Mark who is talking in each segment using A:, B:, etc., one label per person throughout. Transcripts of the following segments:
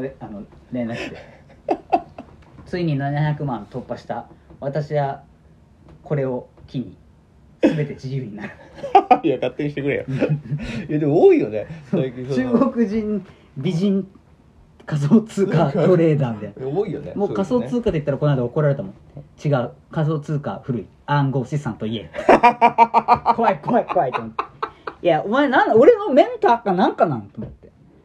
A: れあの連絡して ついに700万突破した私はこれを機に全て自由になる
B: いや勝手にしてくれよいやでも多いよね最近その
A: 中国人美人仮想通貨トレーダーみたいな
B: 多いよね
A: もう仮想通貨で言ったらこの間怒られたもん違う仮想通貨古い暗号資産といえ怖い怖い怖いと思っていやお前なん俺のメンターかなんかなんと思って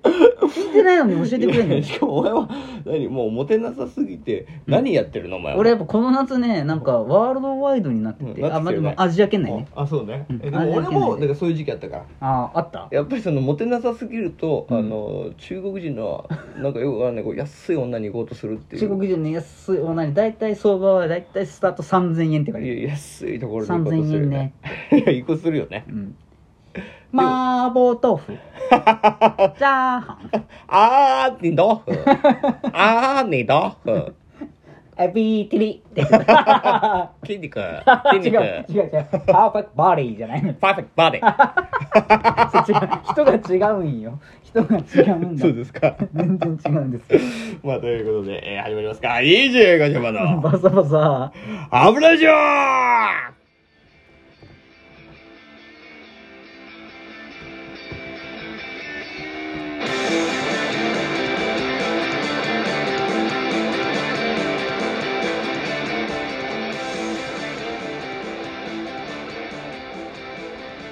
A: 聞いてないのに教えてくれんの
B: いやしかもお前は何もうモテなさすぎて
A: うん
B: 何やってるのお前は
A: 俺やっぱこの夏ねなんかワールドワイドになってて、
B: うん
A: あまあで
B: なってきてるね
A: もアジア圏内ね
B: あそうね
A: うん
B: えでも俺
A: あ
B: も
A: れ
B: なんかそういう時期あったから
A: あああった
B: やっぱりそのモテなさすぎると、
A: うん
B: あの中国人のなんかよくわかんないこう安い女に行こうとするっていう
A: 中国人の安いおなに大体相場は大体スタート3000円って言われる
B: いや安いところで行こうとするよねいや行こうとするよね
A: うん麻婆豆 腐チャーハン
B: あー你豆腐あー你豆腐
A: エビティリ
B: 筋肉
A: 違
B: 筋肉
A: う違う違うパーフェクトボディじゃないの
B: パーフェクトバディ
A: それ違う人が違うんよ人が違うんだ
B: そうですか
A: 全然違うんですよ
B: まあということで、えー、始まりますか25時までの
A: バサバサ
B: 油じょ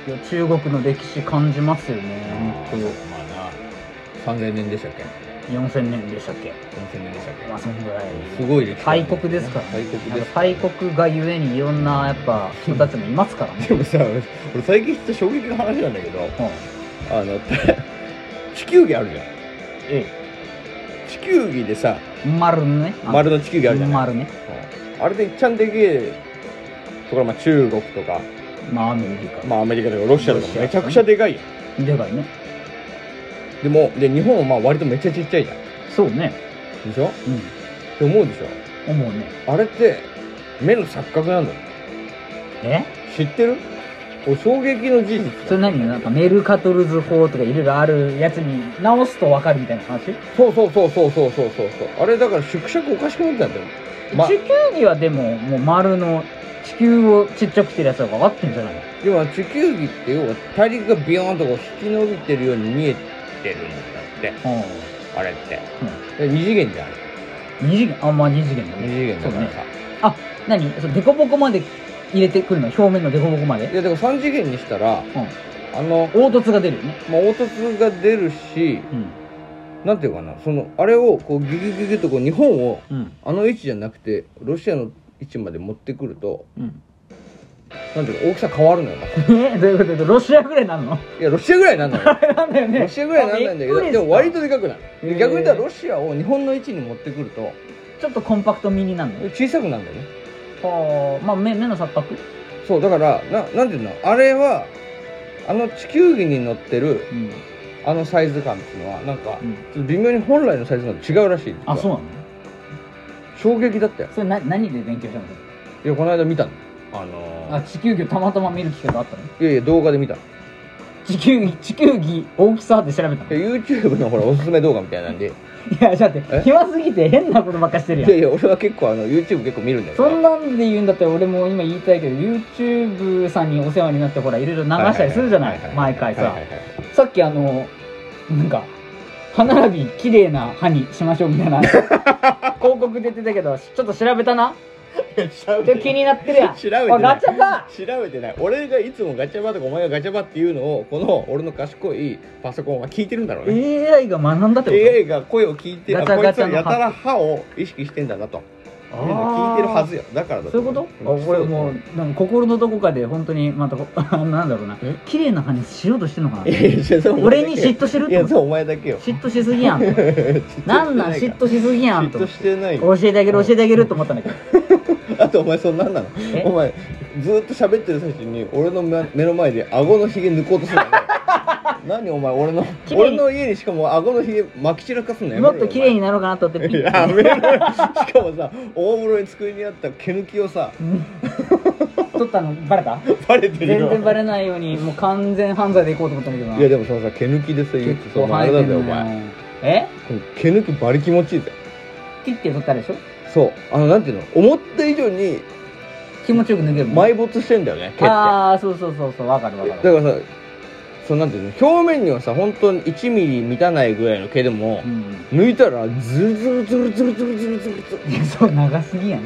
A: いや中国の歴史感じますよね本
B: まあな3000年でしたっけ
A: 当4000年でしたっけ
B: 4000年でしたっけ
A: まあそんぐらい
B: すごい歴史
A: 大国ですから
B: 大国
A: なん
B: で
A: か
B: す
A: 大国がゆえにいろんなやっぱ人たちもいますからね
B: でもさ俺最近知った衝撃の話なんだけど
A: うん
B: あの 地球儀あるじゃん
A: え
B: 地球儀でさ
A: え丸のねあの
B: 丸の地球儀あるじゃない、
A: 丸ね
B: あれでいっちゃんでけえところまあ中国とか、
A: まあアメリカ、
B: まあ、アメリカとかロシアと
A: ロ
B: か
A: シア
B: めちゃくちゃでかいよ
A: でかいね
B: でもで日本はまあ割とめっちゃちっちゃいじゃん
A: そうね
B: でしょ
A: う
B: って思うでしょ
A: ん思うね
B: あれって目の錯覚なんだよ
A: え
B: 知ってる俺衝撃の事実
A: それ何なんかメルカトルズ法とかいろいろあるやつに直すと分かるみたいな話、
B: そうそうそうそうそうそうそうそうあれだから縮尺おかしくなったんだよま
A: 地球儀はでももう丸の地球をちっちゃくしてるやつが分かってんじゃないの
B: 要は地球儀って要は大陸がビヨーンとこう引き伸びてるように見えてるんだってあれって、で二次元じゃん
A: 二次元あんまあ二次元だね
B: 二次元だから
A: そ
B: さ、
A: あ何そのデコボコまで入れてくるの表面のデコボコま
B: い
A: で、
B: やでも三次元にした
A: う
B: らあの、
A: ん、凹凸が出るよね
B: まあ、凹凸が出るし
A: うん
B: なんていうかなそのあれをこうギュギュギュギュとこう日本を
A: うん
B: あの位置じゃなくてロシアの位置まで持ってくると
A: うん
B: なんていうか大きさ変わるのよまた
A: えどういうことでロシアぐらいなの
B: いやロシアぐらいなん だよ
A: なんだよね
B: ロシアぐらいなんないんだけど
A: びっくり
B: で
A: した
B: も割とでかくなる
A: へ
B: で
A: ー
B: 逆に言ったらロシアを日本の位置に持ってくると
A: ちょっとコンパクトミニなの
B: 小さくなるんだよね
A: はあまあ目目の錯覚
B: そうだからななんていうのあれはあの地球儀に乗ってる
A: うん、
B: あのサイズ感っていうのはなんか
A: うん、
B: ちょっと微妙に本来のサイズ感と違うらしい
A: あそう
B: う
A: なの
B: 衝撃だったよ
A: それな何で勉強したの
B: いやこの間見たのあの
A: あ
B: ー
A: 地球儀をたまたま見る機会があったの
B: いやいや動画で見たのい
A: 地球儀地球儀大きさで調べたのい
B: や YouTube のほらおすすめ動画みたいなんで
A: やちょっと待っ
B: え
A: て暇すぎて変なことばっかしてるや
B: いや
A: ん
B: いや俺は結構あの YouTube 結構見るんだけど
A: そんなんで言うんだったら俺も今言いたいけど YouTube さんにお世話になってほらいろいろ流したりするじゃない毎回ささっきあのなんか歯並び綺麗な歯にしましょうみたい な広告出てたけどちょっと調べたな
B: 調
A: ちょっと気になってるやん
B: 調べてない
A: おいガチャだ
B: 調べてない俺がいつもガチャバとかお前がガチャバっていうのをこの俺の賢いパソコンは聞いてるんだろうね
A: AI が学んだってこと
B: AI が声を聞いてあ
A: ガチャ
B: こい
A: ガ
B: つ
A: チャ
B: は
A: の
B: やたら歯を意識してんだなと
A: あ
B: いうのを聞いてるはずよだからだ
A: そういうこと
B: 思
A: あこれもうなんか心のどこかで本当にまたこ なんだろうな
B: え
A: 綺麗な感じしようとしてんのか
B: い
A: な
B: やいやそれお前
A: 俺に
B: だけよ
A: 嫉妬してるっ
B: いや
A: て
B: そ
A: こ
B: うお前だけよ
A: と嫉妬しすぎやん なんなん嫉
B: 妬
A: 妬しすぎやんと
B: 嫉
A: 教
B: 妬してないよ
A: えてあげる教えてあげると思ったんだけど
B: あとお前そんなんなの
A: え
B: お前ずーっと喋ってる最中に俺の目目の前で顎のひげ抜こうとする のね何お前俺の
A: 綺麗
B: 俺の家にしかも顎のひげまき散らかすのやめ
A: も
B: ろ
A: っ
B: よ
A: と綺麗になろうかなと思って
B: お
A: ピ
B: 前
A: ッ
B: やめろよしかもさ大風呂に机にあった毛抜きをさ
A: 取ったのバレた
B: バレてる
A: 全
B: よ
A: 然バレないようにもう完全犯罪でいこうと思ったんだけどな
B: やでもそのさ毛抜きでさ言うと
A: 結
B: そ
A: 構
B: の
A: 生
B: あ
A: え
B: れな
A: て
B: ん
A: ん
B: だ
A: の
B: よ
A: よ
B: お前
A: え
B: この毛抜きバリ気持ちいいぜ
A: 切って取ったでしょ
B: そうあのなんていうの思った以上に
A: 気持ちよく抜けるもん
B: 埋没してんだよね毛ってだか
A: ああそうそうそうそうわかるわかる
B: らさそうなんていうの表面にはさ本当に1ミリ満たないぐらいの毛でも、
A: うん
B: 抜いたらズルズルズルズルズルズルズルズル
A: いやそう長すぎやん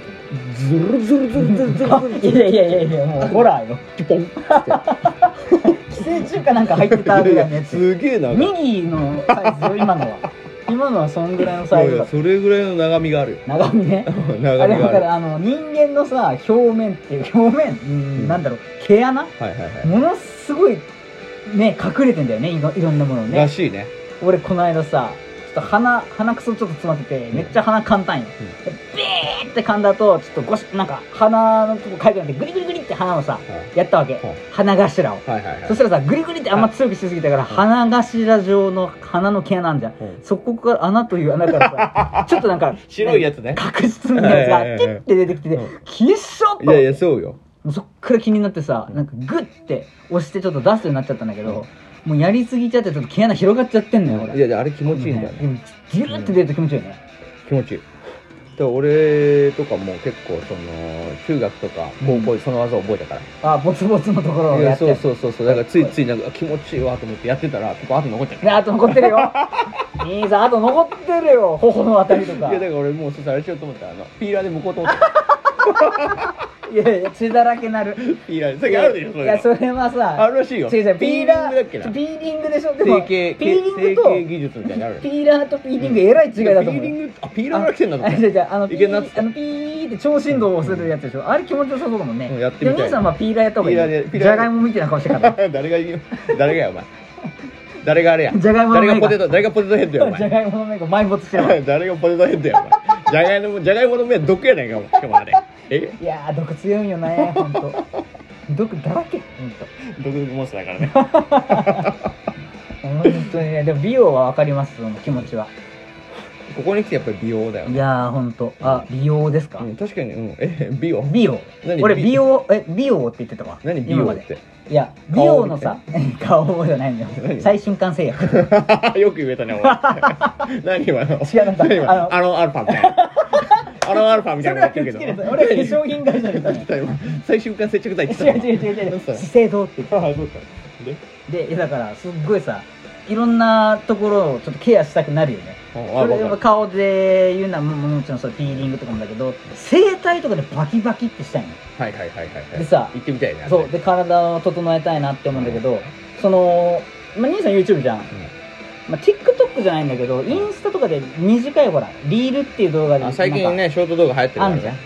B: ズルズルズルズルズル
A: あ
B: ズル
A: いやいやいやいやもうホラーよ
B: ピポン
A: 寄生虫かなんか入ってたぐらいのやつ
B: すげえ長い
A: ミニのサイズよ今のは今のはそんぐらいのサイ
B: いや
A: ズだ
B: いやそれぐらいの長みがあるよ
A: 長身ね
B: 長み
A: あれだ
B: があ
A: か
B: るは
A: らあの人間のさ表面っていう表面、うん、なんだろう毛穴
B: いはいはい
A: ものすごいね隠れてんだよねいろいろんなものを
B: ら
A: ね
B: しいね
A: 俺この間さちょっと鼻鼻くそちょっと詰まっててめっちゃ鼻噛んだんよ、でビーって噛んだとちょっとゴシなんか鼻のとこかゆくなってグリグリグリって鼻をさやったわけ、
B: はい
A: 鼻頭を、
B: はいはいはい
A: そしたらさグリグリってあんま強くしすぎたから、鼻頭状の鼻の毛穴なんじゃん、
B: うん
A: そこから穴という穴からさ ちょっとなんか
B: 白いやつね
A: 確実なやつが
B: はいはい
A: キ
B: はい
A: ュ
B: はい
A: ッて出てきてて
B: う
A: 消えっしょと
B: いやいやそうよ
A: もうそっから気になってさなんかグッて押してちょっと出すようになっちゃったんだけど、もうやりすぎちゃってちょっと毛穴広がっちゃってんのよ俺
B: いやいやあれ気持ちいいんだよ
A: で
B: ね
A: もギュルって出ると気持ちいいよね、
B: 気持ちいいだから俺とかも結構その中学とか高校でその技覚えたから
A: あボツボツのところを
B: い
A: や
B: や
A: って
B: そうそうそうそうだからついついなんかあ気持ちいいわと思ってやってたら結構後残っちゃっ
A: であと残ってるよいいぞあと残ってるよ頬のあたりと
B: た
A: か
B: いやだから俺もうそれあれしようと思ったらあのピーラーで向こうと思った
A: いやいや血だらけなる
B: ピーラーでさっきあるでしょそれ
A: いやそれはさ
B: あるらしいよ
A: 違う違うピーラー
B: だっけな
A: ピーリングでしょで
B: 整
A: も
B: 形
A: ピーリングと
B: 整形技術みたいになのある
A: ピーラーとピーリングえらい違いだと思う
B: ピーリ
A: よ
B: ングあピーラーから来てんだと
A: あ
B: 思っ
A: 違う
B: て
A: 違うあのピ
B: いけんなっつっ
A: ー
B: て
A: あのピーって超振動をするやつでしょあれ気持ちよさそうだもんね
B: うんやってみたい
A: でお兄さんはピーラーやった方がいい
B: ピーラーでピーラーで
A: じゃがいもみたいな顔してから
B: 誰が言う 誰がやお前誰があれ や
A: じゃがいもの
B: 誰
A: メーカ
B: が
A: ー
B: ポテト誰がポテトヘッドやお
A: じゃ
B: 前
A: がいもの目が埋没してる わ
B: 誰がポテトヘッドやお前じゃがいのじゃがいもの目は毒やないかお前しかもあれえ
A: いやー毒強いよねほんと毒だらけほんと
B: 毒毒モンスターだからね
A: 本当にねでも美容は分かりますその気持ちは
B: ここに来てやっぱり美容だよ
A: い
B: ね
A: やーほんとあ美容ですか、
B: うん確かにうんえ美容
A: 美容
B: 何
A: 俺
B: 美
A: 美容え美容って言ってたわ
B: 何美
A: 今
B: 容
A: ま
B: っ
A: で
B: て
A: いや美容のさ 顔じゃないんだよ
B: 何
A: 最瞬間制約
B: よく言えたねお前 何今の
A: 違うなんか
B: 何今
A: あ
B: の
A: の
B: あのアルファみた いなあのアルファみたいなのやってる
A: そ
B: け
A: れは気をつけ
B: ど
A: て俺化粧品会社みたいな
B: 今 最終間接着剤って
A: 違
B: 言
A: う
B: って
A: 違う違う違う資生堂って言って
B: たああそうかで
A: でいやだからすっごいさいろんなところをちょっとケアしたくなるよね
B: ああ
A: それ
B: わ
A: は
B: か
A: 顔で言うのはもももちろんそれピーリングとかもだけど整体とかでバキバキってしたいの
B: るはいはいはいはいはい
A: でさ
B: 行ってみたいね
A: そうで体を整えたいなって思うんだけどその、まあ、兄さん YouTube じゃん、まあ、TikTok じゃないんだけどインスタとかで短いほらリールっていう動画で
B: あ最近
A: なんか
B: ねショート動画流行ってるから
A: あんじゃん
B: ね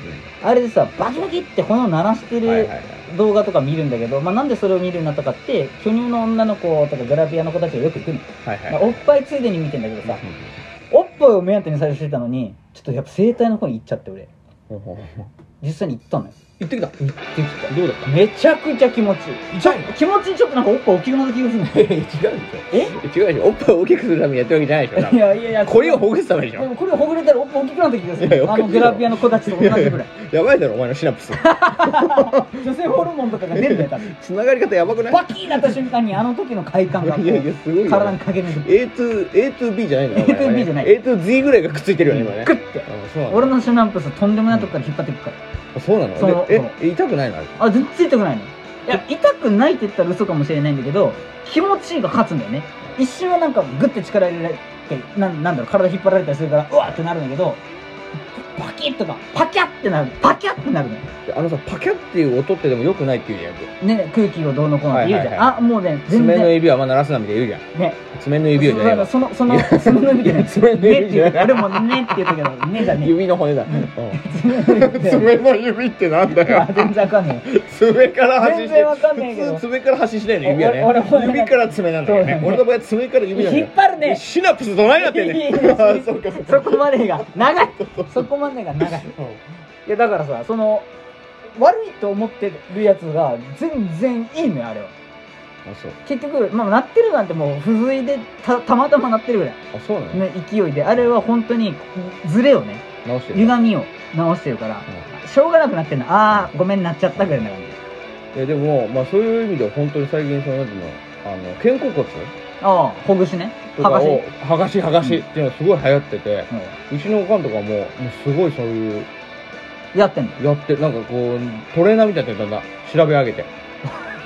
A: あれでさバキバキって炎鳴らして
B: うんはい
A: る
B: はいはい
A: 動画とか見るんだけど、まあ、なんでそれを見るようになったかって巨乳の女の子とかグラビアの子たちがよく行くの、
B: はいはい
A: まあおっぱいついでに見てんだけどさおっぱいを目当てに最初してたのにちょっとやっぱ整体の方に行っちゃって俺
B: うんほうほうほう
A: 実際に行ったのよ
B: 行ってきた
A: 行ってき
B: どうだっ た
A: めちゃくちゃ気持ちいい
B: 痛いの
A: 気持ちちょっとなんかおっぱい大きくなった気がす るんだ
B: 違うでしょ
A: え
B: 違うでしょおっぱいを大きくするためにやってるわけじゃないでしょ多
A: い
B: 分
A: やいやいや
B: これをほぐすためでし
A: で
B: ょ
A: もこれをほぐれたらおっぱい大きくなった気がす
B: いやい
A: る
B: や
A: あのグラビアの子たちと同じぐらい
B: やばいだろお前のシナプス
A: 女性ホルモンとかが出るんだよ多 分
B: つながり方やばくない
A: バキーなった瞬間にあの時の快感がこう
B: いやいやすごいよ
A: 体にかけめて
B: A to A to B じゃないの
A: A to B じゃない
B: A to Z ぐらいがくっついてるよね今ね
A: クッて
B: あそうなの
A: 俺のシナプスとんでもないとこから引っ張っていくから
B: あそうなの
A: その
B: で
A: その
B: え痛くないのあれ
A: あ全然痛くないのいや痛くないって言ったら嘘かもしれないんだけど気持ちいいが勝つんだよね一瞬はなんかグッて力入れられてなんなんだろう体引っ張られたりするからうわってなるんだけどパキッとかパキャってなるパキャってなるのよ
B: であのさパキャっていう音ってでもよくないって言うじゃんよく
A: ね空気をどうのこうのって言うじゃん、
B: はいはいはい
A: あもうね全
B: 爪の
A: 然
B: 指はまあ鳴らすなみたいな言うじゃん
A: ね
B: 爪の指をじゃねえわ
A: そのそのその指じゃない
B: 爪の
A: ねって
B: 指じ
A: 言
B: ゃ
A: うけ
B: な
A: ど
B: い
A: 俺もねって言ったけどねじゃねえ
B: 指の骨だ、うん爪の指ってなんだよ
A: あ 全然わかんない
B: 爪から発信して
A: 全然わかんないけど
B: 普通爪から発信しないの指はね
A: お俺も
B: 指から爪なんだよね
A: そうだね
B: 俺の場合は爪から指なんだよ
A: 引っ張るね
B: シナプスどないなってんねんあーそうかそうか
A: そこまでが長いそこまでが長い
B: うん
A: いやだからさその悪いと思ってるやつが全然いいのよあれは
B: あそう
A: 結局、まあ、なってるなんてもう不随でたたまたまなってるぐらい
B: あそうなの、
A: の勢いであれは本当にズレをね
B: 直してる
A: 歪みを直してるからしょうがなくなってんのああごめんなっちゃったぐらいな感じ
B: えでも、まあ、そういう意味では本当に最近そのなんていうのあの肩甲骨
A: ああほぐしね
B: と
A: は
B: か
A: かし
B: を剥がし剥がしっていうのがすごい流行ってて、うちのおかんとかももうすごいそういう
A: うんやってんの
B: やってなんかこうトレーナーみたいなのだんだん調べ上げて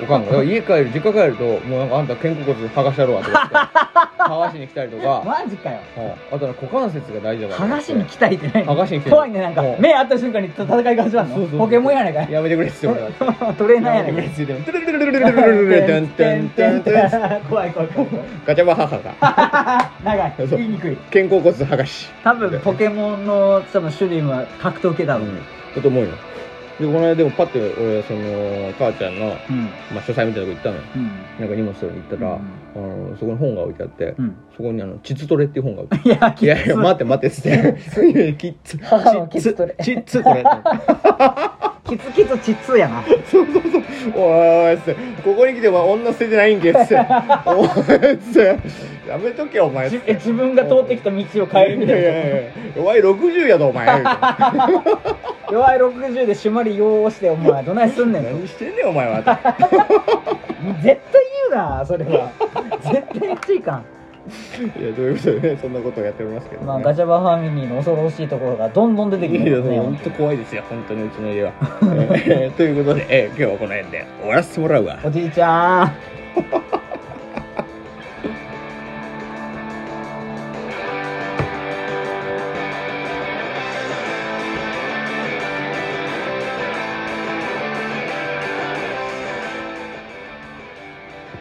B: おかんがだから家帰る実家帰るともうなんかあんた肩甲骨剥がしてやろうわとか言って剥がしに来たりと か、はい
A: マジかよ
B: あとね股関節が大事だから
A: 剥がしに来たいってない
B: 剥がしに来たい
A: 怖いねなんか
B: うん
A: 目合った瞬間に戦いが始まる
B: そう
A: の
B: そうそう
A: ポケモンやないかい
B: やめてくれっつって俺は
A: トレーナー
B: や
A: や
B: め
A: な
B: て
A: いか
B: くれっ
A: い
B: つって言って も
A: 怖い怖い怖い怖い
B: ガチャバハハだ
A: 長い
B: そう
A: 言いにくい
B: 肩甲骨剥がし
A: 多分ポケモンの多分種類は格闘系だろうね
B: だと思うよでこの間でもパッて俺その母ちゃん
A: う
B: の、
A: ん
B: まあ、書斎みたいなとこ行ったのよ
A: うん
B: なんか荷物取りに行ったら、
A: うん
B: あのそこに本が置いてあって、
A: うん
B: そこにあの「チツトレ」っていう本が置いてあ
A: い
B: っ
A: や
B: ていやいや待って待って」っつって「いやキッツ
A: 母のキツトレ
B: チッツトレ」
A: キツキツチツやな
B: そうそうそう「おーい」っつって「ここに来ては女捨ててないんけ」っつって「おい」っつって「やめとけお前」っつ
A: じ
B: って
A: え自分が通ってきた道を変えるみ
B: い
A: た
B: や
A: い
B: い
A: な
B: やいやお前60やぞお前」
A: 弱い60で締まりようしてお前どないすんねんと
B: 何してんねんお前はと
A: 絶対言うなそれは絶対言っちゃいかん
B: いやということでねそんなことをやっておりますけど、ね
A: まあガチャバファミリーの恐ろしいところがどんどん出てく
B: いや
A: る
B: もう
A: よ
B: 本
A: ね
B: 当怖いですよ本当に うちの家は、えーということで、えー今日はこの辺で終わらせてもらうわ
A: おじいちゃん